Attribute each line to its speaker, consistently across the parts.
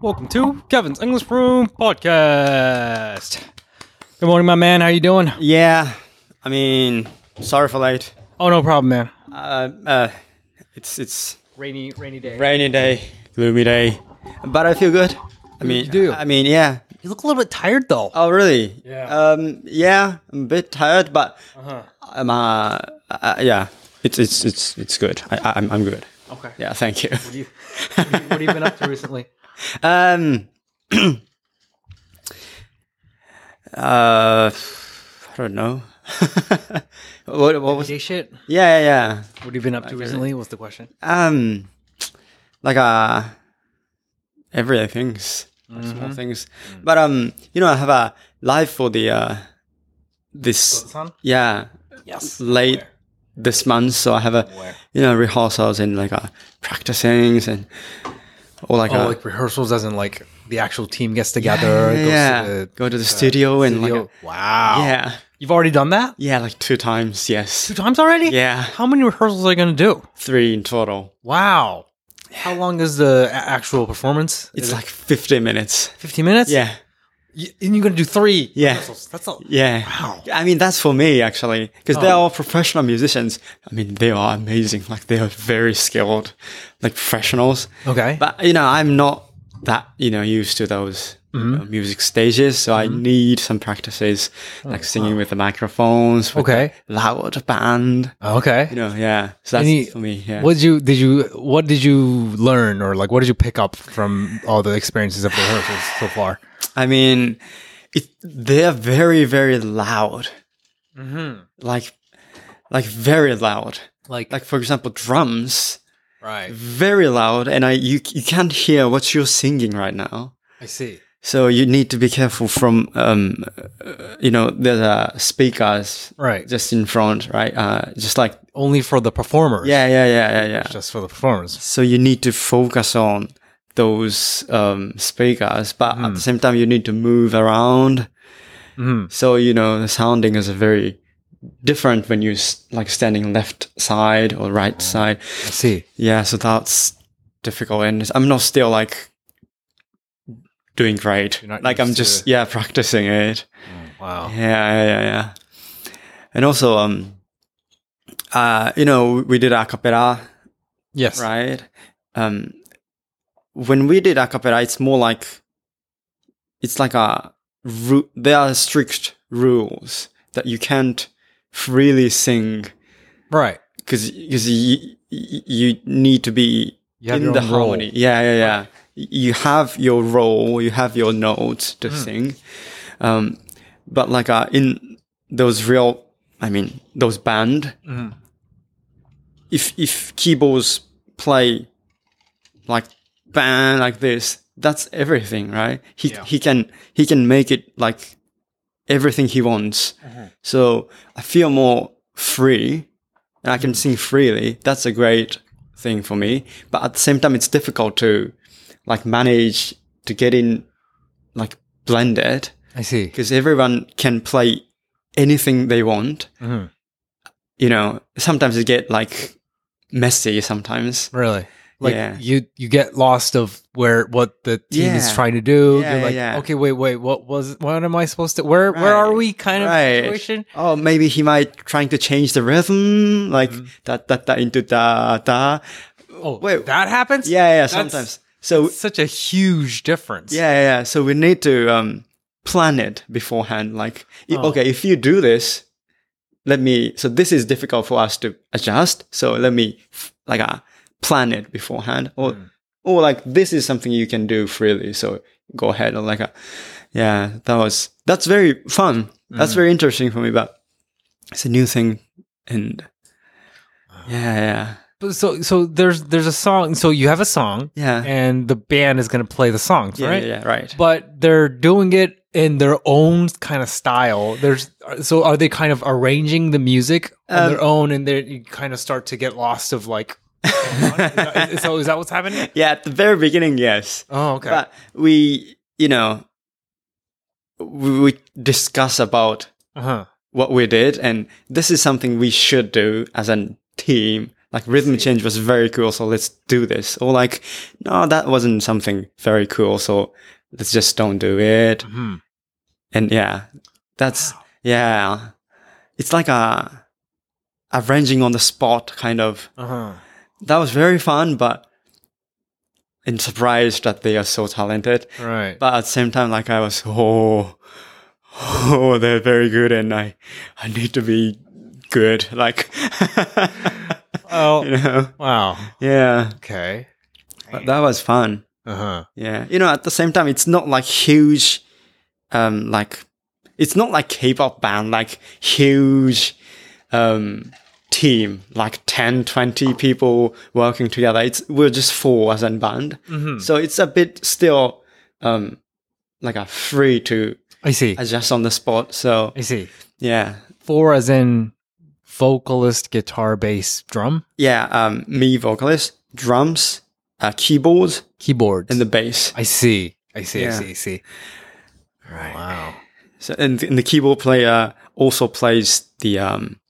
Speaker 1: Welcome to Kevin's English Room Podcast. Good morning, my man. How you doing?
Speaker 2: Yeah, I mean, sorry for late.
Speaker 1: Oh, no problem, man.
Speaker 2: Uh, uh, it's it's
Speaker 1: Rainy, rainy day.
Speaker 2: rainy day, gloomy day, but I feel good. I mean,
Speaker 1: you do.
Speaker 2: I mean, yeah.
Speaker 1: You look a little bit tired, though.
Speaker 2: Oh, really?
Speaker 1: Yeah. Uh-huh.
Speaker 2: Um, yeah, I'm a bit tired, but um, uh, uh, yeah, it's it's it's it's good. I, I I'm I'm good.
Speaker 1: okay.
Speaker 2: Yeah, thank you.
Speaker 1: What, you, what you- what have you been up to recently?
Speaker 2: Um, uh, I don't know. what what was?
Speaker 1: Day shit.
Speaker 2: Yeah, yeah, yeah.
Speaker 1: What have you been up to recently? What's the question?
Speaker 2: um like uh everything's like
Speaker 1: Mm-hmm.
Speaker 2: small things
Speaker 1: Mm.
Speaker 2: but um you know i have a live for the uh this yeah
Speaker 1: Yes.
Speaker 2: late this month so i have a
Speaker 1: Where?
Speaker 2: you know rehearsals and like uh practicings and or like
Speaker 1: Oh,
Speaker 2: uh,
Speaker 1: like rehearsals, as in like the actual team gets together. goes to
Speaker 2: yeah
Speaker 1: the
Speaker 2: go to the studio and
Speaker 1: studio.
Speaker 2: like
Speaker 1: wow.
Speaker 2: uh, yeah
Speaker 1: You've already done that
Speaker 2: yeah like two times yes
Speaker 1: two times already.
Speaker 2: yeah
Speaker 1: How many rehearsals are you gonna do?
Speaker 2: three in total
Speaker 1: Wow. How long is the a- actual performance?
Speaker 2: it's
Speaker 1: Is it
Speaker 2: like 15 minutes
Speaker 1: 15 minutes?
Speaker 2: yeah
Speaker 1: Y- and you're going to do three
Speaker 2: Yeah.
Speaker 1: rehearsals. That's all.
Speaker 2: Yeah.
Speaker 1: Wow. Oh.
Speaker 2: I mean, that's for me actually, because they are professional musicians. I mean, they are amazing. Like they are very skilled, like professionals.
Speaker 1: Okay.
Speaker 2: But you know, I'm not that you know used to those you
Speaker 1: Mm-hmm.
Speaker 2: know, music stages, so I need some practices, like singing with the microphones. With
Speaker 1: Oh, Okay.
Speaker 2: the Loud band.
Speaker 1: Uh, Okay.
Speaker 2: You know, yeah. So that's
Speaker 1: Any-
Speaker 2: for me. Yeah.
Speaker 1: What did you did you what did you learn or like what did you pick up from all the experiences of the rehearsals so far?
Speaker 2: I mean, it, they're very very loud.
Speaker 1: Mm-hmm.
Speaker 2: Like, like very loud.
Speaker 1: Like,
Speaker 2: Like for example, drums.
Speaker 1: right.
Speaker 2: very loud and I you you can't hear what you're singing right now.
Speaker 1: I see.
Speaker 2: So you need to be careful from um uh, you know there's uh, speakers
Speaker 1: Right.
Speaker 2: just in front, right? Uh just like
Speaker 1: Only for the performers.
Speaker 2: yeah, yeah, yeah, yeah, yeah.
Speaker 1: Just for the performers.
Speaker 2: So you need to focus on those um speakers, but at the same time you need to move around.
Speaker 1: Mhm.
Speaker 2: So you know the sounding is very different when you s- like standing left side or right side.
Speaker 1: I see.
Speaker 2: Yeah, so that's difficult, and it's- I'm not still like doing great.
Speaker 1: You're not
Speaker 2: Like I'm
Speaker 1: used to Oh.
Speaker 2: just
Speaker 1: it.
Speaker 2: yeah practicing it.
Speaker 1: Wow.
Speaker 2: Yeah, yeah, yeah, yeah. And also, um, uh, you know, we did a cappella,
Speaker 1: Yes.
Speaker 2: right? Um, when we did a cappella, it's more like it's like a ru- there are strict rules that you can't freely sing
Speaker 1: Right.
Speaker 2: because because you you need to be
Speaker 1: You have
Speaker 2: in
Speaker 1: your
Speaker 2: the
Speaker 1: own role.
Speaker 2: harmony. Yeah, yeah, yeah. You have your role, you have your notes to
Speaker 1: Mm.
Speaker 2: sing, um, but like uh, in those real, I mean, those band,
Speaker 1: Mm-hmm.
Speaker 2: if if keyboards play like band like this, that's everything, right? He
Speaker 1: Yeah.
Speaker 2: he can he can make it like everything he wants. So I feel more free and I can sing freely. That's a great thing for me. But at the same time, it's difficult to like manage to get in like blended
Speaker 1: I see.
Speaker 2: because everyone can play anything they want.
Speaker 1: Mhm.
Speaker 2: You know, sometimes it get like messy sometimes.
Speaker 1: Really? Like
Speaker 2: Yeah.
Speaker 1: you you get lost of where what the team is
Speaker 2: Yeah.
Speaker 1: trying to do.
Speaker 2: Yeah,
Speaker 1: You're
Speaker 2: yeah,
Speaker 1: like,
Speaker 2: yeah.
Speaker 1: okay, wait, wait, what was what am I supposed to where where
Speaker 2: Right.
Speaker 1: are we kind of
Speaker 2: Right.
Speaker 1: situation?
Speaker 2: Oh, maybe he might trying to change the rhythm, like da da da into da da.
Speaker 1: Oh
Speaker 2: Wait.
Speaker 1: that happens?
Speaker 2: Yeah, yeah.
Speaker 1: That's-
Speaker 2: Sometimes. So
Speaker 1: Such a huge difference.
Speaker 2: Yeah, yeah. yeah. So we need to um, plan it beforehand. Like, i-
Speaker 1: Oh.
Speaker 2: okay, if you do this, let me. So this is difficult for us to adjust. So let me f- like uh, plan it beforehand, or
Speaker 1: Hmm.
Speaker 2: or like this is something you can do freely. So go ahead or like, uh, yeah. That was that's very fun. That's
Speaker 1: Hmm.
Speaker 2: very interesting for me, but it's a new thing, and yeah, yeah,
Speaker 1: But so so there's there's a song so you have a song
Speaker 2: yeah,
Speaker 1: and the band is gonna play the songs,
Speaker 2: Uh-huh. yeah,
Speaker 1: right?
Speaker 2: yeah, right.
Speaker 1: But they're doing it in their own kind of style. There's so are they kind of arranging the music on
Speaker 2: Um,
Speaker 1: their own, and they you kind of start to get lost of like. is- so is that what's happening?
Speaker 2: yeah, at the very beginning, yes.
Speaker 1: Oh, okay.
Speaker 2: but we you know we, we discuss about
Speaker 1: uh-huh.
Speaker 2: what we did and this is something we should do as a team Like rhythm change was very cool, so let's do this. Or like, no, that wasn't something very cool, so let's just don't do it.
Speaker 1: Mhm.
Speaker 2: And yeah, that's yeah. It's like a arranging on the spot kind of.
Speaker 1: Uh-huh.
Speaker 2: That was very fun, but I'm surprised that they are so talented.
Speaker 1: Right.
Speaker 2: But at the same time, like I was, oh, oh, they're very good, and I, I need to be good. Like,
Speaker 1: oh,
Speaker 2: you know,
Speaker 1: wow.
Speaker 2: yeah,
Speaker 1: Okay.
Speaker 2: but that was fun.
Speaker 1: Uh-huh.
Speaker 2: Yeah, you know, at the same time, it's not like huge, um, like it's not like K-pop band, like huge, um, team, like 10, 20 people working together. It's we're just four as a band,
Speaker 1: Mhm.
Speaker 2: so it's a bit still, um, like a free to
Speaker 1: I see.
Speaker 2: adjust on the spot. So
Speaker 1: I see.
Speaker 2: yeah,
Speaker 1: Four as in vocalist, guitar, bass, drum,
Speaker 2: yeah, um, me vocalist, drums, uh, keyboards,
Speaker 1: keyboards.
Speaker 2: and the bass.
Speaker 1: I see. I see. I
Speaker 2: Yeah.
Speaker 1: see. I see. Right. Wow.
Speaker 2: So, and, and the keyboard player also plays the um,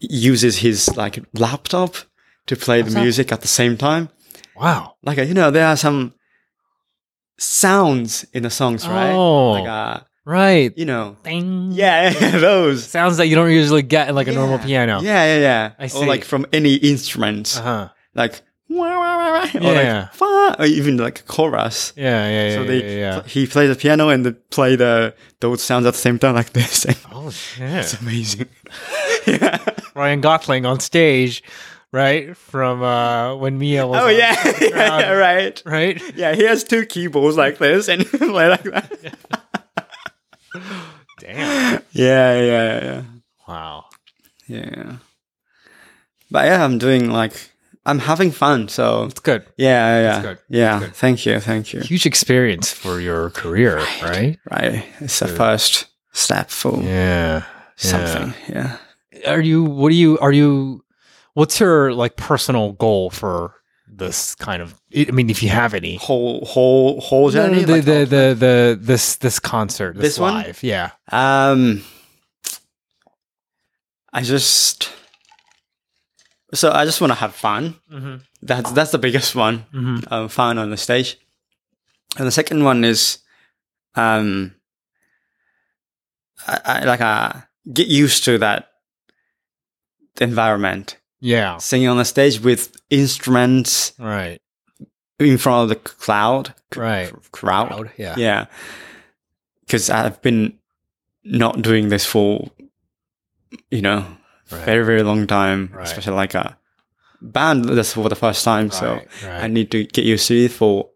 Speaker 2: uses his like laptop to play the
Speaker 1: Laptop?
Speaker 2: music at the same time.
Speaker 1: Wow.
Speaker 2: Like you know, there are some sounds in the songs, right?
Speaker 1: Oh.
Speaker 2: Like uh,
Speaker 1: Right.
Speaker 2: you know,
Speaker 1: Ding.
Speaker 2: yeah, those.
Speaker 1: Sounds that you don't usually get in like a normal piano.
Speaker 2: Yeah, yeah, yeah.
Speaker 1: I
Speaker 2: Or like
Speaker 1: see.
Speaker 2: from any instruments,
Speaker 1: Uh huh.
Speaker 2: like wah, wah, wah, wah, or
Speaker 1: Yeah.
Speaker 2: like fa, or even like chorus.
Speaker 1: Yeah. Yeah. Yeah.
Speaker 2: So
Speaker 1: yeah,
Speaker 2: they
Speaker 1: yeah, yeah.
Speaker 2: he plays the piano and they play the those sounds at the same time like this.
Speaker 1: Oh shit.
Speaker 2: It's amazing. yeah.
Speaker 1: Ryan Gotling on stage, right? From uh when Mia was Um,
Speaker 2: Oh
Speaker 1: on-
Speaker 2: yeah. yeah, yeah, right.
Speaker 1: right?
Speaker 2: Yeah, he has two keyboards like this and play like that.
Speaker 1: Damn.
Speaker 2: Yeah, yeah, yeah,
Speaker 1: Wow.
Speaker 2: yeah. Yeah. But yeah, I'm doing like I'm having fun. So
Speaker 1: It's good.
Speaker 2: yeah, yeah, yeah.
Speaker 1: good.
Speaker 2: Yeah. Thank you, thank you.
Speaker 1: Huge experience for your career, right?
Speaker 2: Right, it's the first step for
Speaker 1: Yeah.
Speaker 2: something. Yeah.
Speaker 1: Are you what do you are you what's your like personal goal for this kind of I mean if you have any
Speaker 2: Whole, whole, whole
Speaker 1: No, no,
Speaker 2: journey.
Speaker 1: the,
Speaker 2: like,
Speaker 1: the, the, the, this this concert this,
Speaker 2: This one?
Speaker 1: live yeah
Speaker 2: Um, I just so I just want to have fun.
Speaker 1: Mhm.
Speaker 2: That's that's the biggest one.
Speaker 1: Mm-hmm.
Speaker 2: Um, fun on the stage, and the second one is, um, I, I like uh, get used to that environment.
Speaker 1: yeah
Speaker 2: Singing on the stage with instruments
Speaker 1: right
Speaker 2: in front of the cloud, c-
Speaker 1: Right.
Speaker 2: crowd.
Speaker 1: Loud, yeah
Speaker 2: Yeah. Because I've been not doing this for, you know,
Speaker 1: Right.
Speaker 2: very, very long time,
Speaker 1: Right.
Speaker 2: especially like a band that's for the first time. So
Speaker 1: right,
Speaker 2: I
Speaker 1: right.
Speaker 2: need to get used to it for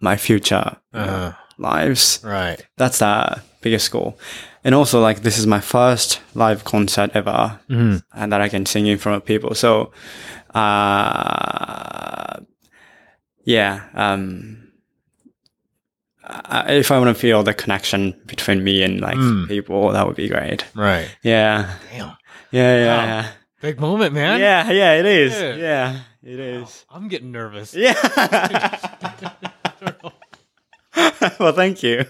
Speaker 2: my future you know,
Speaker 1: Uh-huh.
Speaker 2: lives.
Speaker 1: right
Speaker 2: That's the biggest goal. And also, like, this is my first live concert ever
Speaker 1: Mhm.
Speaker 2: and that I can sing in front of people. So, uh, yeah, um, I, if I want to feel the connection between me and like
Speaker 1: Mm.
Speaker 2: people, that would be great.
Speaker 1: right
Speaker 2: Yeah,
Speaker 1: damn
Speaker 2: yeah, yeah,
Speaker 1: Wow. big moment man
Speaker 2: yeah, yeah. It is.
Speaker 1: Yeah.
Speaker 2: Yeah, it is.
Speaker 1: I'm getting nervous
Speaker 2: Yeah. well, thank you.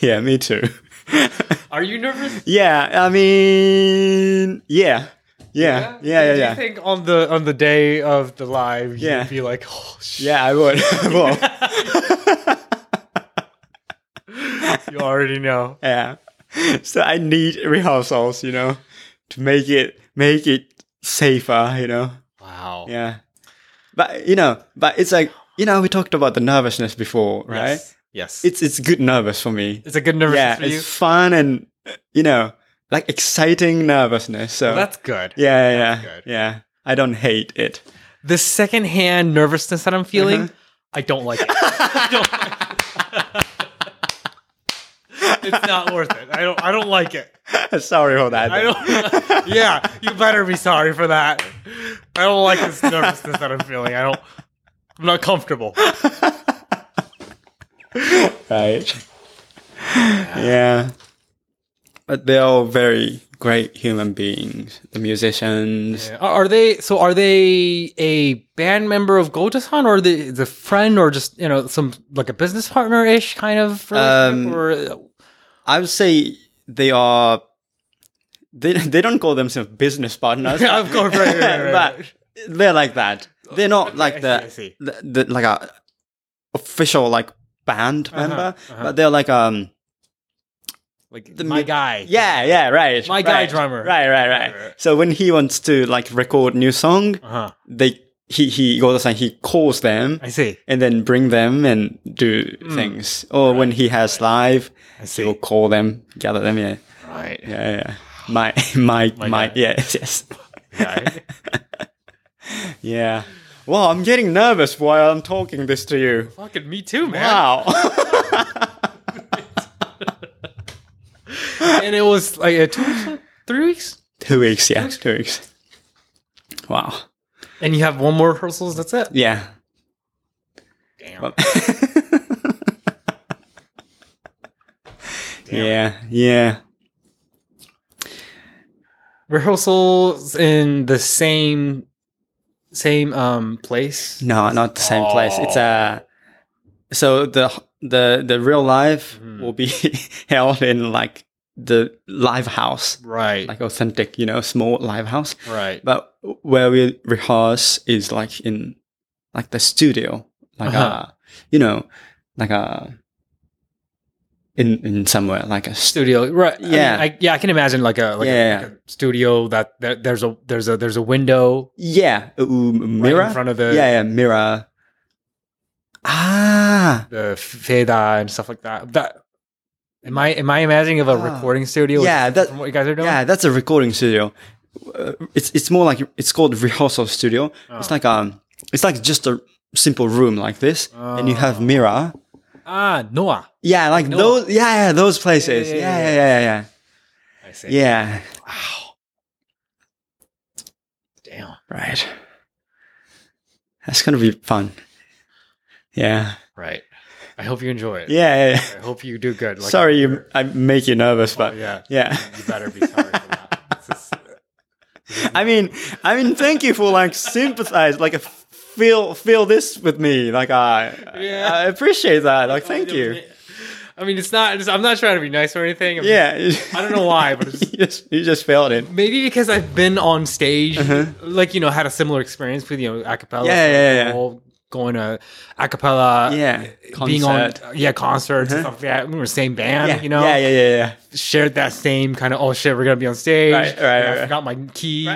Speaker 2: yeah, me too.
Speaker 1: Are you nervous?
Speaker 2: Yeah, I mean, yeah, yeah, yeah, yeah,
Speaker 1: Do
Speaker 2: yeah.
Speaker 1: you think on the on the day of the live,
Speaker 2: Yeah.
Speaker 1: you'd be like, oh, shit,
Speaker 2: yeah, I would. well,
Speaker 1: you already know.
Speaker 2: yeah. So I need rehearsals, you know, to make it make it safer, you know.
Speaker 1: Wow.
Speaker 2: Yeah, but you know, but it's like you know we talked about the nervousness before, right?
Speaker 1: Yes. Yes.
Speaker 2: It's it's good nervous for me.
Speaker 1: It's a good nervousness
Speaker 2: yeah,
Speaker 1: for
Speaker 2: it's
Speaker 1: you.
Speaker 2: fun and uh, you know like exciting nervousness. So
Speaker 1: Well, that's good.
Speaker 2: yeah, yeah, yeah,
Speaker 1: good.
Speaker 2: yeah. I don't hate it.
Speaker 1: The secondhand nervousness that I'm feeling, I
Speaker 2: Uh-huh.
Speaker 1: don't like it. I don't like it. it's not worth it. I don't. I don't like it.
Speaker 2: Sorry for that.
Speaker 1: I don't. yeah, you better be sorry for that. I don't like this nervousness that I'm feeling. I don't. I'm not comfortable.
Speaker 2: right. Yeah. But they're all very great human beings. The musicians.
Speaker 1: Are are they so? Are they a band member of Gotasan, or the the friend, or just you know some like a business partner ish uh, kind of relationship?
Speaker 2: Um,
Speaker 1: or
Speaker 2: I would say they are they they don't call themselves business partners.
Speaker 1: Yeah, of course, right, right, right, right.
Speaker 2: But they're like that. They're not like
Speaker 1: I
Speaker 2: the,
Speaker 1: see, I see.
Speaker 2: the, the like a official like band member,
Speaker 1: uh-huh.
Speaker 2: but they're like um
Speaker 1: like
Speaker 2: the
Speaker 1: my
Speaker 2: mu-
Speaker 1: guy.
Speaker 2: yeah yeah right
Speaker 1: My guy
Speaker 2: right.
Speaker 1: drummer.
Speaker 2: right right right.
Speaker 1: Right, right.
Speaker 2: So when he wants to like record new song,
Speaker 1: Uh-huh.
Speaker 2: they he he goes and he calls them
Speaker 1: I see.
Speaker 2: and then bring them and do things. Or when he has live,
Speaker 1: I
Speaker 2: he will
Speaker 1: see.
Speaker 2: call them, gather them. Yeah,
Speaker 1: Right.
Speaker 2: yeah, yeah. My my
Speaker 1: My
Speaker 2: my,
Speaker 1: guy.
Speaker 2: yes yes.
Speaker 1: Right.
Speaker 2: Yeah. Well, I'm getting nervous while I'm talking this to you.
Speaker 1: Fucking me too, man.
Speaker 2: Wow.
Speaker 1: And it was like uh, two weeks, three weeks,
Speaker 2: two weeks, yeah, two weeks. Wow.
Speaker 1: and you have one more rehearsals. That's it.
Speaker 2: Yeah.
Speaker 1: Damn.
Speaker 2: Yeah. Yeah.
Speaker 1: Rehearsals in the same, same um place.
Speaker 2: No, not the same place. It's a. So the the the real live will be held in like the live house,
Speaker 1: Right.
Speaker 2: like authentic, you know, small live house.
Speaker 1: right.
Speaker 2: But where we rehearse is like in like the studio, like
Speaker 1: Uh-huh.
Speaker 2: a you know, like a in in somewhere like a studio.
Speaker 1: Studio. Right.
Speaker 2: Yeah.
Speaker 1: I, mean, I yeah. I can imagine like a like,
Speaker 2: Yeah,
Speaker 1: a,
Speaker 2: yeah.
Speaker 1: like a studio that there, there's a there's a there's a window
Speaker 2: Yeah, a- a mirror.
Speaker 1: right in front of the
Speaker 2: yeah, yeah, mirror. Ah,
Speaker 1: the feda and stuff like that. That am I am I imagining of a
Speaker 2: Ah.
Speaker 1: recording studio? is
Speaker 2: Yeah,
Speaker 1: different
Speaker 2: that-
Speaker 1: from what you guys are doing.
Speaker 2: yeah, that's a recording studio. Uh, it's it's more like it's called rehearsal studio.
Speaker 1: Oh.
Speaker 2: It's like um, it's like just a simple room like this, and you
Speaker 1: Oh.
Speaker 2: have mirror.
Speaker 1: Ah, Noah.
Speaker 2: Yeah, like
Speaker 1: know.
Speaker 2: those. Yeah, yeah, those places.
Speaker 1: yeah,
Speaker 2: Yeah,
Speaker 1: yeah,
Speaker 2: yeah, yeah, yeah,
Speaker 1: I see.
Speaker 2: yeah. Yeah,
Speaker 1: Damn.
Speaker 2: right. That's gonna be fun. Yeah,
Speaker 1: Right. I hope you enjoy it.
Speaker 2: yeah. yeah,
Speaker 1: I hope you do good.
Speaker 2: yeah. Sorry, you, I make you nervous,
Speaker 1: Oh,
Speaker 2: but
Speaker 1: yeah.
Speaker 2: yeah.
Speaker 1: You better be sorry for that. This is-
Speaker 2: I mean, I mean, thank you for like sympathize, like uh, feel feel this with me. Like I,
Speaker 1: Yeah.
Speaker 2: I appreciate that. Like, thank you.
Speaker 1: I mean, it's not. It's, I'm not trying to be nice or anything. I'm-
Speaker 2: Yeah,
Speaker 1: I don't know why, but it's,
Speaker 2: you just you just failed it.
Speaker 1: maybe because I've been on stage, like you know, had a similar experience with you know acapella.
Speaker 2: Uh-huh. Yeah, yeah, yeah.
Speaker 1: all Going to acapella.
Speaker 2: Yeah,
Speaker 1: Uh, Being on
Speaker 2: concert. Uh-huh.
Speaker 1: yeah concerts and stuff like that. We were same band,
Speaker 2: Yeah,
Speaker 1: you know.
Speaker 2: Yeah, yeah, yeah, yeah.
Speaker 1: Shared that same kind of oh shit, we're gonna be on stage.
Speaker 2: Right, right,
Speaker 1: And I
Speaker 2: right.
Speaker 1: forgot my key.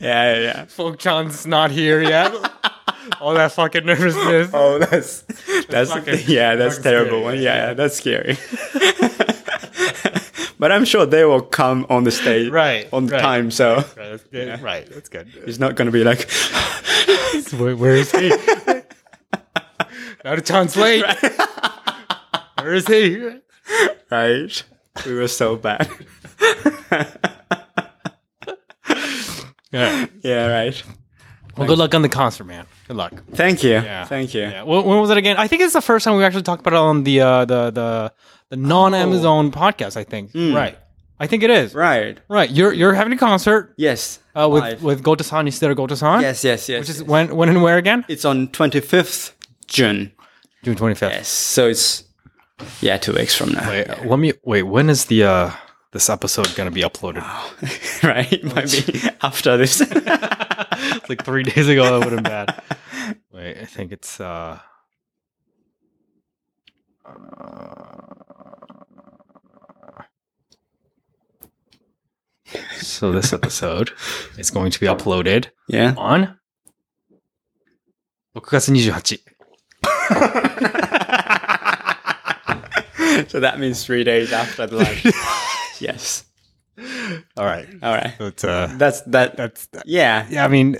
Speaker 2: Yeah, yeah, yeah.
Speaker 1: Folk John's not here yet. All that fucking nervousness.
Speaker 2: Oh, that's that's
Speaker 1: fucking-
Speaker 2: yeah, that's
Speaker 1: fucking
Speaker 2: terrible.
Speaker 1: scary,
Speaker 2: one.
Speaker 1: yeah,
Speaker 2: Yeah, yeah, that's scary. but I'm sure they will come on the stage
Speaker 1: Right,
Speaker 2: on
Speaker 1: right.
Speaker 2: time, so
Speaker 1: Right, that's, yeah, right, that's good.
Speaker 2: it's not going to be like
Speaker 1: Where- where is he? Out of John's late. Where is he?
Speaker 2: right. We were so bad.
Speaker 1: Yeah.
Speaker 2: Yeah, right.
Speaker 1: Well, good luck on the concert, man. Good luck.
Speaker 2: Thank you.
Speaker 1: Yeah.
Speaker 2: Thank you.
Speaker 1: Yeah. When, when was it again? I think it's the first time we actually talked about it on the uh, the the the non Amazon podcast. I think. Right. I think it is. Oh. Hmm. Right.
Speaker 2: Right.
Speaker 1: You're you're having a concert
Speaker 2: Yes.
Speaker 1: uh, with
Speaker 2: Live.
Speaker 1: with Gotasan instead of Gotasan.
Speaker 2: yes, yes, yes.
Speaker 1: Which is when when and where again?
Speaker 2: it's on 25th June.
Speaker 1: June twenty fifth.
Speaker 2: Yes. So it's yeah, 2 weeks from now.
Speaker 1: Wait, let me wait. When is the uh this episode gonna be uploaded?
Speaker 2: right? It might be after this.
Speaker 1: It's like three days ago. That would have been bad. Wait, I think it's uh. uh, So this episode is going to be uploaded
Speaker 2: yeah.
Speaker 1: on 6月28
Speaker 2: so that means 3 days after the live. yes.
Speaker 1: All right.
Speaker 2: All right.
Speaker 1: That's uh
Speaker 2: That's that,
Speaker 1: that's
Speaker 2: yeah.
Speaker 1: yeah, I mean,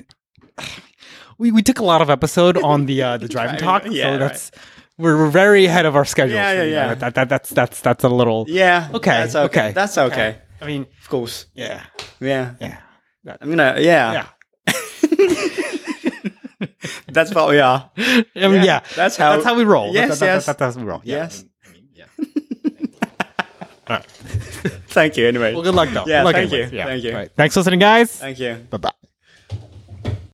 Speaker 1: we, we took a lot of episode on the uh, the drive and talk,
Speaker 2: Driving, yeah,
Speaker 1: so
Speaker 2: right.
Speaker 1: that's we're, we're very ahead of our schedule.
Speaker 2: Yeah,
Speaker 1: so,
Speaker 2: yeah,
Speaker 1: you know,
Speaker 2: yeah.
Speaker 1: That, that that's that's that's a little.
Speaker 2: Yeah.
Speaker 1: Okay,
Speaker 2: That's okay.
Speaker 1: okay,
Speaker 2: That's okay.
Speaker 1: I mean,
Speaker 2: Of course.
Speaker 1: yeah,
Speaker 2: Yeah.
Speaker 1: yeah,
Speaker 2: I'm going to yeah.
Speaker 1: yeah.
Speaker 2: That's what we are.
Speaker 1: I mean, yeah,
Speaker 2: Yeah, that's how-
Speaker 1: that's how we roll. that,
Speaker 2: Yes,
Speaker 1: that-
Speaker 2: yes.
Speaker 1: that- that's how we roll. Yeah,
Speaker 2: Yes.
Speaker 1: I mean, I mean, yeah. All right.
Speaker 2: Thank you anyway.
Speaker 1: Well, good luck though.
Speaker 2: Yeah,
Speaker 1: Good luck
Speaker 2: thank
Speaker 1: anyway.
Speaker 2: you, thank you.
Speaker 1: All right. Thanks for listening, guys.
Speaker 2: Thank you.
Speaker 1: Bye bye.